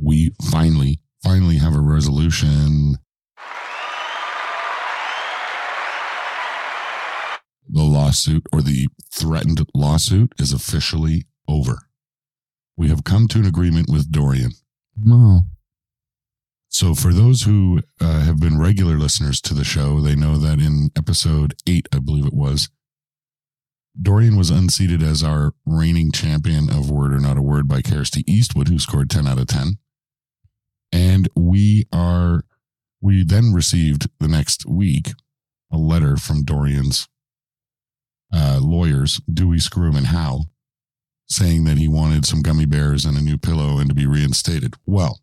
we finally, finally have a resolution. The lawsuit or the threatened lawsuit is officially over. We have come to an agreement with Dorian. No. So, for those who uh, have been regular listeners to the show, they know that in episode eight, I believe it was, Dorian was unseated as our reigning champion of Word or Not a Word by Kirsty Eastwood, who scored 10 out of 10. And we are, we then received the next week a letter from Dorian's uh, lawyers, Dewey, Scroom, and Howe, saying that he wanted some gummy bears and a new pillow and to be reinstated. Well,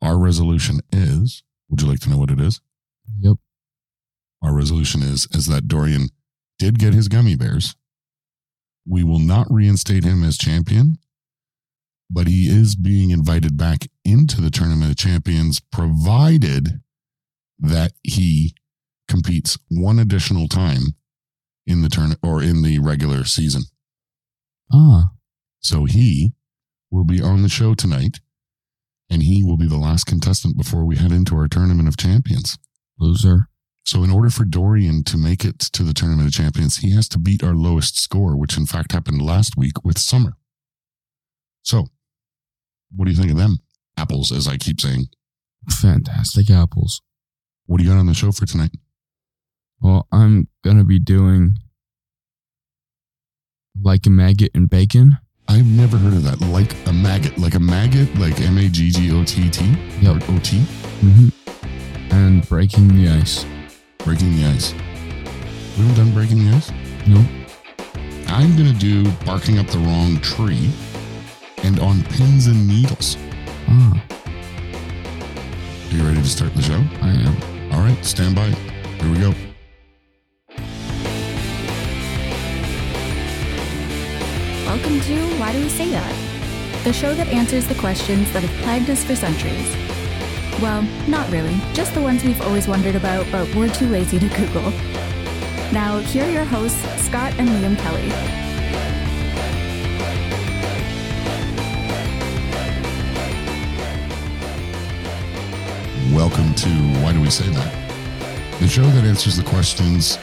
our resolution is would you like to know what it is? Yep. Our resolution is is that Dorian did get his gummy bears. We will not reinstate him as champion, but he is being invited back into the tournament of champions provided that he competes one additional time in the turn or in the regular season. Ah. So he will be on the show tonight, and he will be the last contestant before we head into our tournament of champions. Loser. So, in order for Dorian to make it to the tournament of champions, he has to beat our lowest score, which in fact happened last week with Summer. So, what do you think of them? Apples, as I keep saying. Fantastic apples. What do you got on the show for tonight? Well, I'm gonna be doing like a maggot and bacon. I've never heard of that. Like a maggot. Like a maggot, like M A G G O T T. Yep. O T. Mm-hmm. And breaking the ice. Breaking the ice. We haven't done breaking the ice? Nope. I'm going to do barking up the wrong tree and on pins and needles. Ah, Are you ready to start the show? I am. All right, stand by. Here we go. Welcome to Why Do We Say That? The show that answers the questions that have plagued us for centuries. Well, not really, just the ones we've always wondered about, but we're too lazy to Google. Now, here are your hosts, Scott and Liam Kelly. Welcome to Why Do We Say That? The show that answers the questions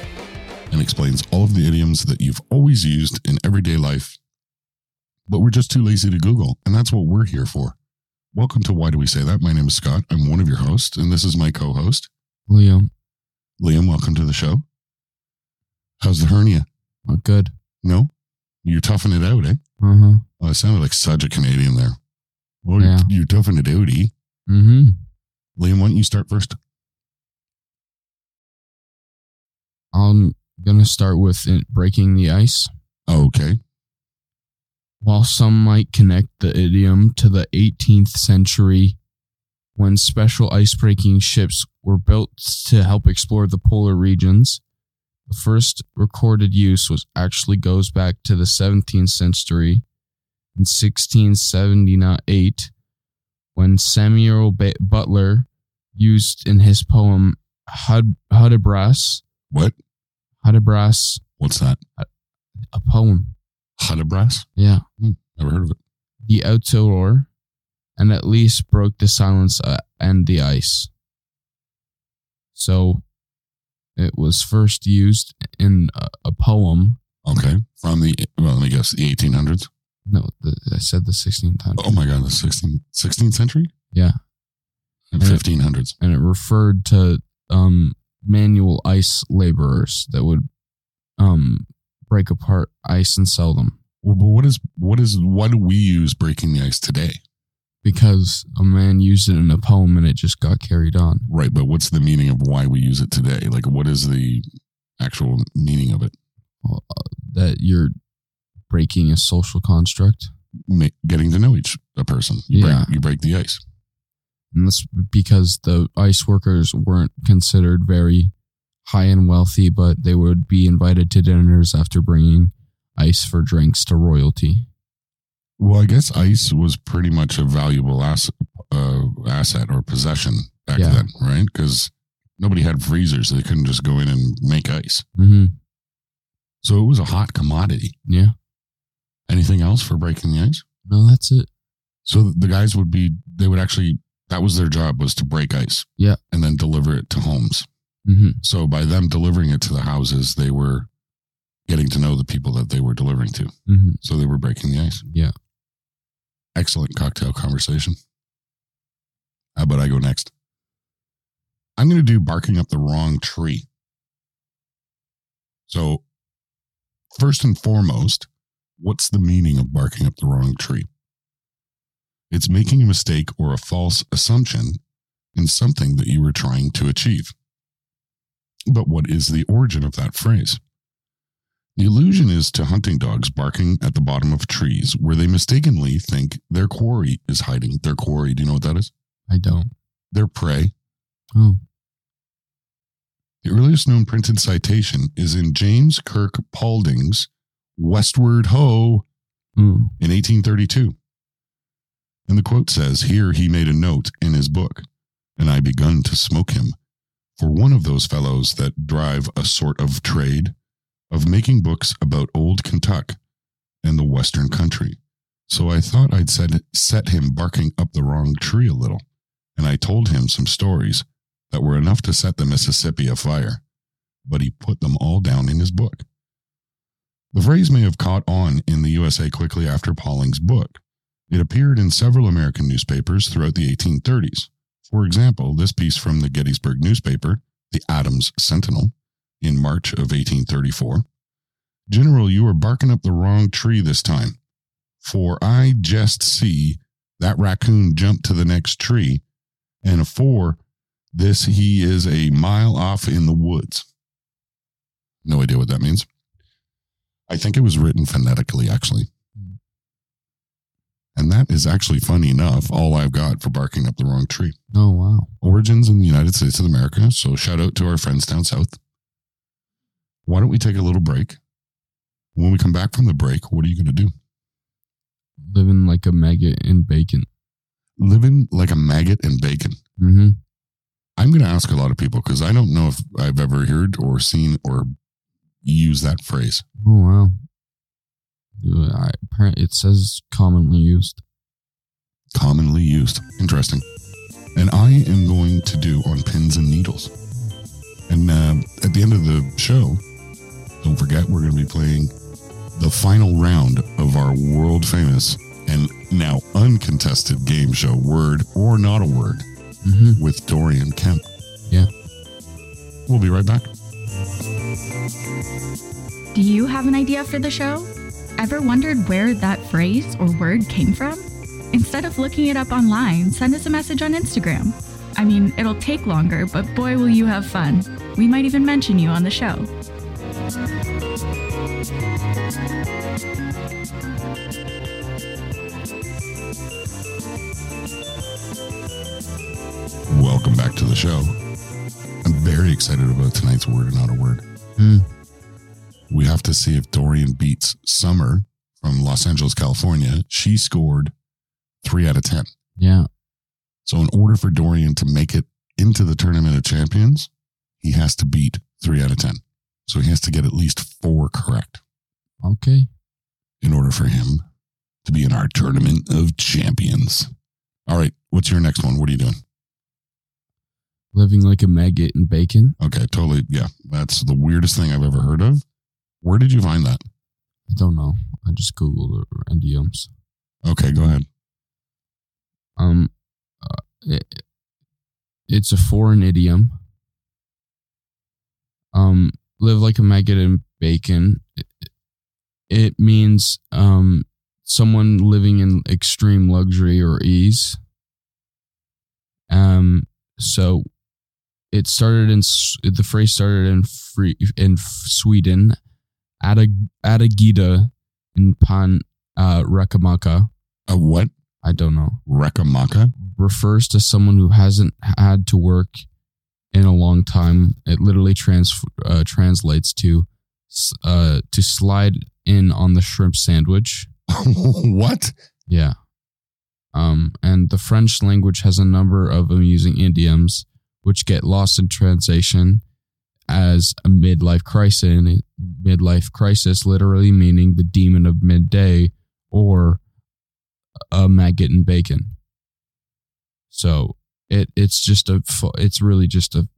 and explains all of the idioms that you've always used in everyday life, but we're just too lazy to Google, and that's what we're here for. Welcome to Why Do We Say That? My name is Scott. I'm one of your hosts, and this is my co host, Liam, Liam. Welcome to the show. How's the hernia? not good. No? You're toughing it out, eh? Uh huh. Well, it sounded like such a Canadian there. Well, Yeah. you're, you're toughing it out, eh? Mm-hmm. Liam, why don't you start first? I'm gonna start with it breaking the ice. Okay. While some might connect the idiom to the 18th century, when special icebreaking ships were built to help explore the polar regions, the first recorded use was actually goes back to the 17th century in 1678 when Samuel Ba Butler used in his poem Hud- Hudibras, What? Hudibras, What's that? a poem. Hudibras? Yeah. Never heard of it. the outdoor and at least broke the silence uh, and the ice. So it was first used in a, a poem. Okay. From the, well, let me guess, the 1800s. No, the, I said the 16th time. Oh my God, the 16th, 16th century? Yeah. And Yeah. 1500s. And it referred to um, manual ice laborers that would um, break apart ice and sell them Well, but what is, what is, why do we use breaking the ice today? because a man used it in a poem and it just got carried on. Right. But what's the meaning of why we use it today? Like, what is the actual meaning of it? Well, uh, that you're breaking a social construct. Ma- getting to know each a person. You Yeah. Break, you break the ice. And that's because the ice workers weren't considered very high and wealthy, but they would be invited to dinners after bringing ice for drinks to royalty. Well, I guess ice was pretty much a valuable asset, uh, asset or possession back Yeah. then, right? Because nobody had freezers; they couldn't just go in and make ice. Mm-hmm. So it was a hot commodity. Yeah. Anything else for breaking the ice? No, that's it. So the guys would be, they would actually, that was their job was to break ice. Yeah. And then deliver it to homes. hmm So by them delivering it to the houses, they were getting to know the people that they were delivering to. hmm So they were breaking the ice. Yeah. Excellent cocktail conversation. How about I go next? I'm going to do barking up the wrong tree. So, first and foremost, what's the meaning of barking up the wrong tree? It's making a mistake or a false assumption in something that you were trying to achieve. But what is the origin of that phrase? The illusion is to hunting dogs barking at the bottom of trees where they mistakenly think their quarry is hiding. Their quarry, do you know what that is? I don't. Their prey. Oh, The earliest known printed citation is in James Kirk Paulding's Westward Ho Mm. in 1832. And the quote says, Here he made a note in his book, and I begun to smoke him for one of those fellows that drive a sort of trade of making books about old Kentuck and the Western country. So I thought I'd set, set him barking up the wrong tree a little, and I told him some stories that were enough to set the Mississippi afire, but he put them all down in his book. The phrase may have caught on in the USA quickly after Pauling's book. It appeared in several American newspapers throughout the 1830s. For example, this piece from the Gettysburg newspaper, the Adams Sentinel, in March of 1834 General, you are barking up the wrong tree this time, for I just see that raccoon jump to the next tree, and afore this, he is a mile off in the woods. No idea what that means. I think it was written phonetically, actually. And that is actually funny enough, all I've got for barking up the wrong tree. oh wow. Origins in the United States of America. So shout out to our friends down south. Why don't we take a little break? When we come back from the break, what are you going to do? Living like a maggot in bacon. Living like a maggot and bacon. hmm I'm going to ask a lot of people because I don't know if I've ever heard or seen or used that phrase. Oh wow. Uh, I, appar- it says commonly used. commonly used. Interesting. And I am going to do on pins and needles. And uh, at the end of the show, don't forget, we're going to be playing the final round of our world famous and now uncontested game show, Word or Not a Word, hmm with Dorian Kemp. Yeah. We'll be right back. Do you have an idea for the show? Ever wondered where that phrase or word came from? Instead of looking it up online, send us a message on Instagram. I mean, it'll take longer, but boy, will you have fun. We might even mention you on the show. Welcome back to the show. I'm very excited about tonight's Word or Not a Word. Hmm. we have to see if Dorian beats Summer from Los Angeles, California. She scored three out of 10. Yeah. So, in order for Dorian to make it into the tournament of champions, he has to beat three out of 10. So, he has to get at least four correct Okay. in order for him to be in our tournament of champions. All right. What's your next one? What are you doing? Living like a maggot in bacon. Okay. Totally. Yeah. That's the weirdest thing I've ever heard of. Where did you find that? I don't know. I just googled it or idioms. Okay. Go ahead. Um, uh, it, it's a foreign idiom. Um, live like a maggot in bacon. It, it means um someone living in extreme luxury or ease. Um, so it started in S- the phrase started in free in F- Sweden, at a at a Gita in Pan uh, Rekamaka. A what? I don't know Rekamaka? refers to someone who hasn't had to work in a long time. It literally trans, uh, translates to s- uh, to slide in on the shrimp sandwich. what? Yeah. Um, and the French language has a number of amusing idioms which get lost in translation as a midlife crisis. Midlife crisis, literally meaning the demon of midday, or a maggot and bacon. So it it's just a fu- it's really just a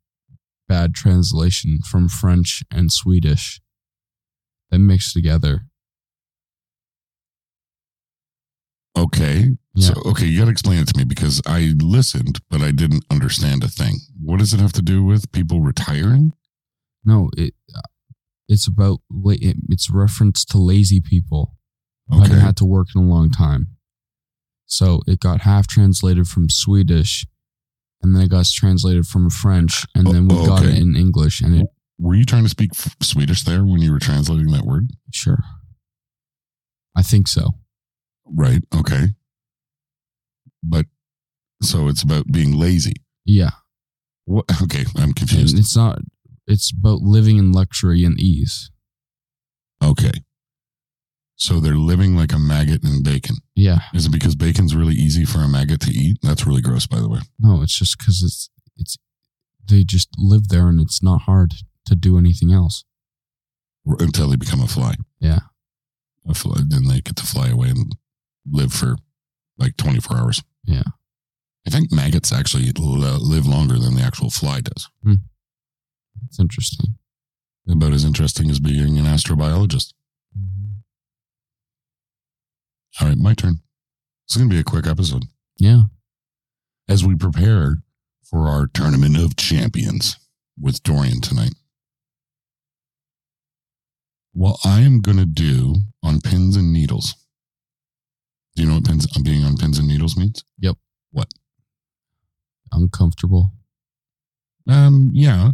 bad translation from French and Swedish that mixed together. Okay. Yeah. So, okay, you got to explain it to me because I listened, but I didn't understand a thing. What does it have to do with people retiring? No, it uh, it's about la- it, it's reference to lazy people. I Okay. haven't had to work in a long time. So it got half translated from Swedish, and then it got translated from French, and Oh, then we oh, got it okay. in English. And it Were you trying to speak f- Swedish there when you were translating that word? sure, I think so. Right. Okay. But so it's about being lazy. Yeah, What? Okay, I'm and confused. it's not. It's about living in luxury and ease. Okay. So they're living like a maggot in bacon. Yeah, Is it because bacon's really easy for a maggot to eat? That's really gross, by the way. no, it's just because it's it's they just live there, and it's not hard to do anything else. R- Until they become a fly. Yeah. A fly, then they get to fly away and live for like 24 hours. Yeah. I think maggots actually l- live longer than the actual fly does. It's interesting. About as interesting as being an astrobiologist. All right, my turn. It's going to be a quick episode Yeah, as we prepare for our tournament of champions with Dorian tonight. What I am going to do on pins and needles. Do you know what pins being on pins and needles means? uncomfortable. Um, yeah.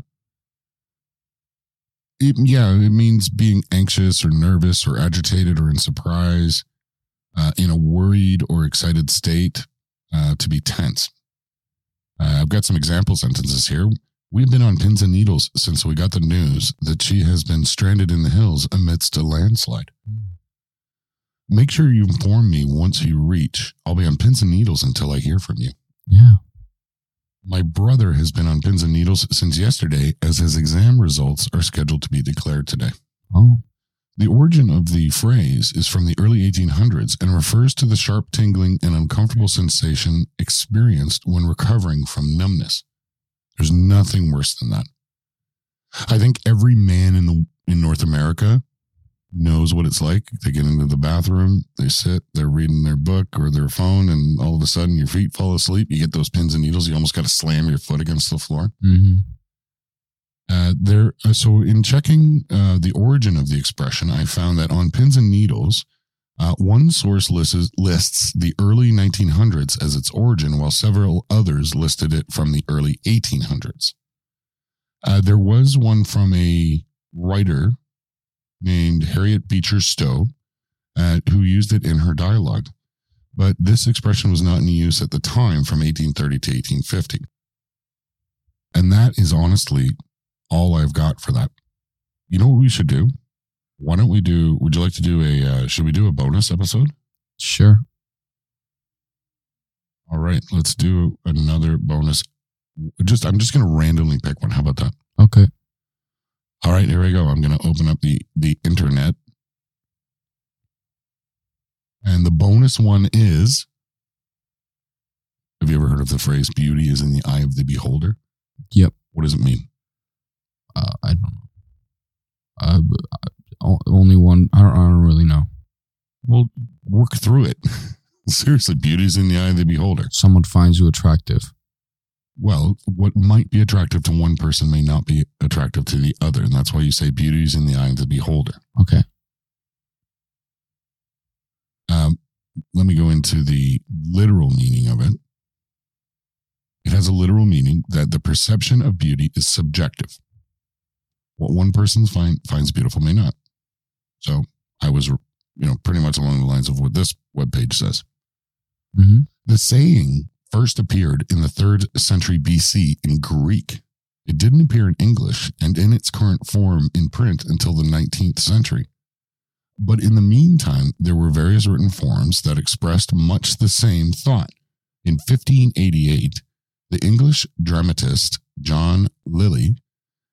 It, yeah, it means being anxious or nervous or agitated or in surprise, uh, in a worried or excited state, uh, to be tense. Uh, I've got some example sentences here. We've been on pins and needles since we got the news that she has been stranded in the hills amidst a landslide. Make sure you inform me once you reach. I'll be on pins and needles until I hear from you. Yeah. My brother has been on pins and needles since yesterday as his exam results are scheduled to be declared today. Oh. The origin of the phrase is from the early 1800s and refers to the sharp tingling and uncomfortable sensation experienced when recovering from numbness. There's nothing worse than that. I think every man in the in North America knows what it's like. They get into the bathroom, they sit, they're reading their book or their phone, and all of a sudden your feet fall asleep. You get those pins and needles. You almost got to slam your foot against the floor. Mm-hmm. Uh, there, uh, so in checking uh, the origin of the expression, I found that on pins and needles, uh, one source lists, lists the early 1900s as its origin, while several others listed it from the early 1800s. Uh, there was one from a writer named Harriet Beecher Stowe uh, who used it in her dialogue, but this expression was not in use at the time from 1830 to 1850. And that is honestly all I've got for that. You know what we should do? Why don't we do? Would you like to do a? Uh, should we do a bonus episode? Sure. All right, let's do another bonus. Just I'm just gonna randomly pick one. How about that? Okay. All right, here we go. I'm gonna open up the the internet, and the bonus one is. Have you ever heard of the phrase "beauty is in the eye of the beholder"? Yep. What does it mean? Uh, I don't know. Uh, b- I- o- only one. I don't, I don't really know. Well, work through it. Seriously, beauty is in the eye of the beholder. Someone finds you attractive. Well, what might be attractive to one person may not be attractive to the other. And that's why you say beauty is in the eye of the beholder. Okay. Um, let me go into the literal meaning of it. It has a literal meaning that the perception of beauty is subjective. What one person find, finds beautiful may not. So I was, you know, pretty much along the lines of what this webpage says. Mm-hmm. The saying first appeared in the third century BC in Greek. It didn't appear in English and in its current form in print until the 19th century. But in the meantime, there were various written forms that expressed much the same thought. In 1588, the English dramatist John Lilly,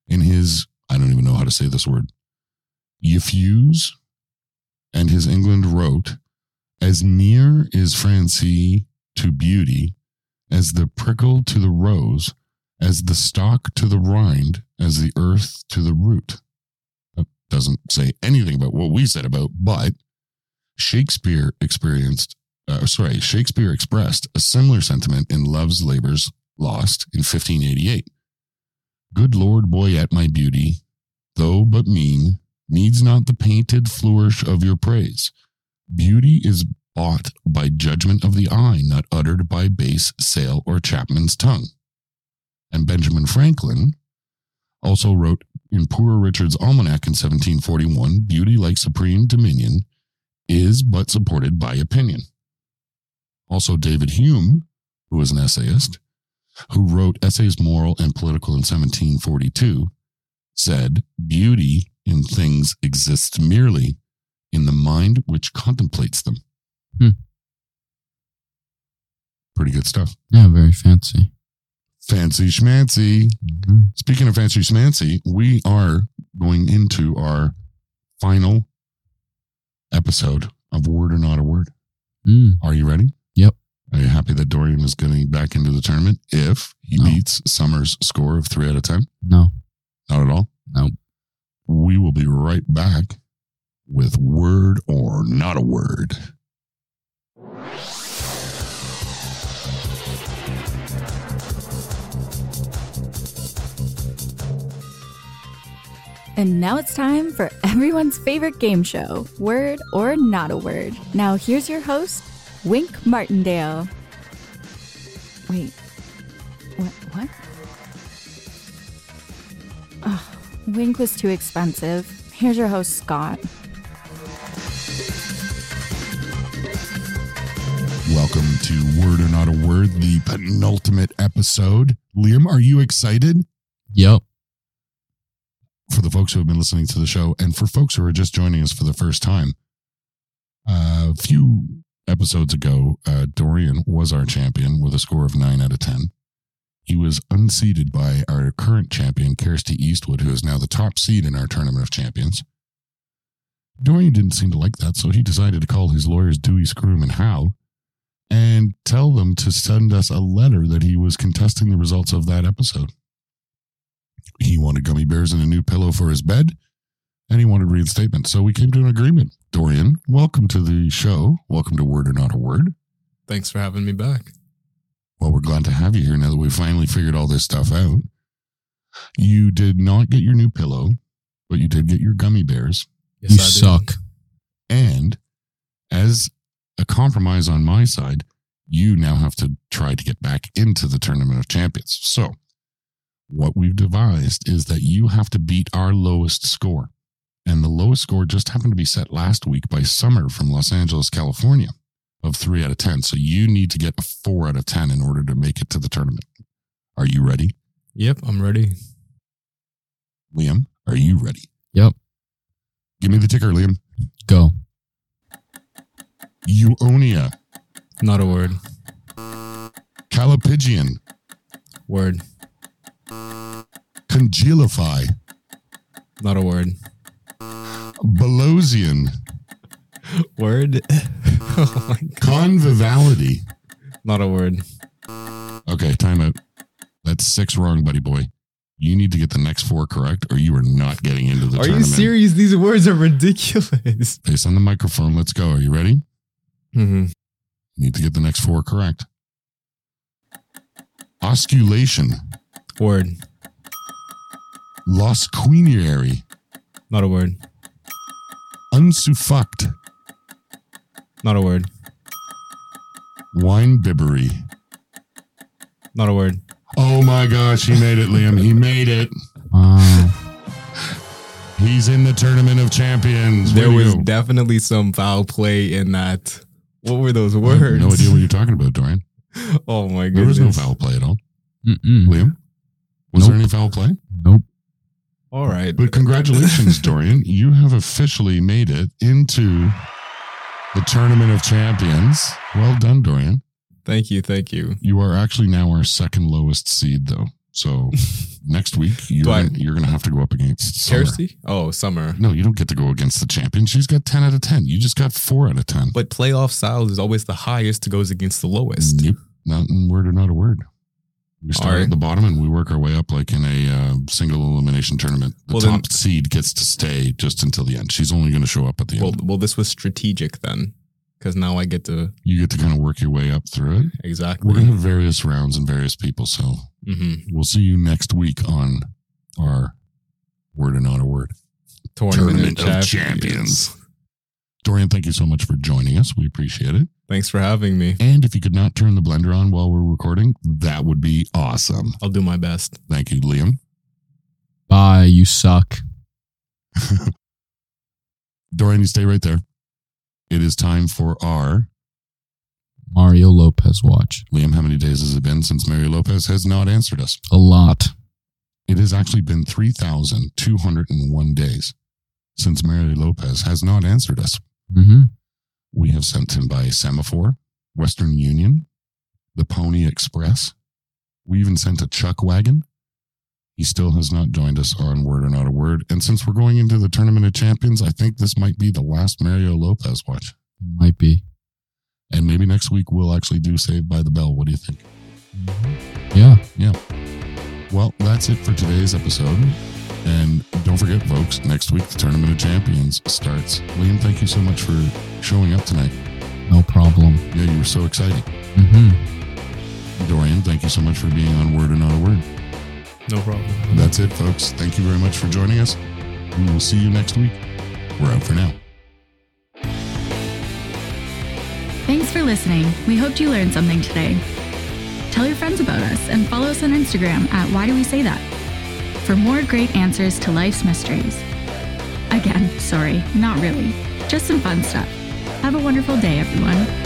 in his, I don't even know how to say this word, Euphues and his England wrote As near is Francie to beauty as the prickle to the rose, as the stalk to the rind, as the earth to the root. That doesn't say anything about what we said about, but Shakespeare experienced, uh, sorry, Shakespeare expressed a similar sentiment in Love's Labour's Lost in 1588. Good Lord, boy, at my beauty, though but mean, needs not the painted flourish of your praise. Beauty is bought by judgment of the eye, not uttered by base sale or chapman's tongue. And Benjamin Franklin also wrote in Poor Richard's Almanac in 1741 Beauty, like supreme dominion, is but supported by opinion. Also, David Hume, who was an essayist, who wrote Essays Moral and Political in 1742, said, Beauty in things exists merely in the mind which contemplates them. Hmm. Pretty good stuff. Yeah, very fancy. Fancy schmancy. Mhm. Speaking of fancy schmancy, we are going into our final episode of Word or Not a Word. Mm. Are you ready? Yep. Are you happy that Dorian is getting back into the tournament if he No. beats Summer's score of three out of 10? No, Not at all. no. We will be right back with Word or Not a Word. And now it's time for everyone's favorite game show, Word or Not a Word. Now here's your host, Wink Martindale. Wait. What? What? Ugh, Wink was too expensive. Here's your host, Scott. Welcome to Word or Not a Word, the penultimate episode. Liam, are you excited? Yep. For the folks who have been listening to the show and for folks who are just joining us for the first time, a few episodes ago, uh, Dorian was our champion with a score of 9 out of 10. He was unseated by our current champion, Kirsty Eastwood, who is now the top seed in our tournament of champions. Dorian didn't seem to like that, so he decided to call his lawyers Dewey, Scroom, and Howe and tell them to send us a letter that he was contesting the results of that episode. He wanted gummy bears and a new pillow for his bed, and he wanted reinstatement. So we came to an agreement. Dorian, welcome to the show. Welcome to Word or Not a Word. Thanks for having me back. Well, we're glad to have you here now that we finally figured all this stuff out. You did not get your new pillow, but you did get your gummy bears. Yes, you I did. suck. And as a compromise on my side, you now have to try to get back into the tournament of champions. So, what we've devised is that you have to beat our lowest score. And the lowest score just happened to be set last week by Summer from Los Angeles, California, of three out of 10. So, you need to get a four out of 10 in order to make it to the tournament. Are you ready? Yep, I'm ready. Liam, are you ready? Yep. Give me the ticker, Liam. Go. Euonia, Not a word. Calipigian, Word. Congealify, Not a word. Belosian, Word. oh my god. conviviality. Not a word. Okay, time out. That's six wrong, buddy boy. You need to get the next four correct, or you are not getting into the Are you tournament. serious? These words are ridiculous. Face on the microphone. Let's go. Are you ready? You Mm-hmm. need to get the next four correct. Osculation, Word. losquiniary, Not a word. unsuffucked, Not a word. winebibbery. Not a word. Oh my gosh, he made it, Liam. He made it. Wow. He's in the tournament of champions. There Way to was go. definitely some foul play in that. What were those I have words? no idea what you're talking about, Dorian. Oh my goodness. There was no foul play at all. Mm-hmm. Mm-mm. Liam, was there Nope. any foul play? Nope. All right. But congratulations, Dorian. You have officially made it into the Tournament of Champions. Well done, Dorian. Thank you. Thank you. You are actually now our second lowest seed, though. So next week you're Do I- gonna, you're gonna have to go up against Summer. Kirsty? Oh, Summer. No, you don't get to go against the champion. She's got ten out of ten. You just got four out of ten. But playoff style is always the highest goes against the lowest. Nope. Not in word or not a word. We start Alright. at the bottom and we work our way up like in a uh, single elimination tournament. The Well, then- top seed gets to stay just until the end. She's only going to show up at the Well, end. well, this was strategic then, because now I get to You get to kind of work your way up through it. We're exactly. going to have various rounds and various people. So hmm we'll see you next week on our word or not a word. Tournament, Tournament of, of champions. Champions. Dorian, thank you so much for joining us. We appreciate it. Thanks for having me. And if you could not turn the blender on while we're recording, that would be awesome. I'll do my best. Thank you, Liam. Bye, you suck. Dorian, you stay right there. It is time for our Mario Lopez watch. Liam. How many days has it been since Mario Lopez has not answered us? A lot. It has actually been 3,201 days since Mario Lopez has not answered us. Mm-hmm. We have sent him by Semaphore, Western Union, the Pony Express. We even sent a chuck wagon. He still has not joined us on Word or Not a Word. And since we're going into the Tournament of Champions, I think this might be the last Mario Lopez watch. Might be. And maybe next week we'll actually do Saved by the Bell. What do you think? Yeah. Well, that's it for today's episode. And don't forget, folks, next week the Tournament of Champions starts. Liam, thank you so much for showing up tonight. No problem. Yeah, you were so exciting. Mm-hmm. Dorian, thank you so much for being on Word or Not a Word. No problem. That's it, folks. Thank you very much for joining us. We will see you next week. We're out for now. Thanks for listening. We hoped you learned something today. Tell your friends about us and follow us on Instagram at Why Do We Say That for more great answers to life's mysteries. Again, sorry, not really, just some fun stuff. Have a wonderful day, everyone.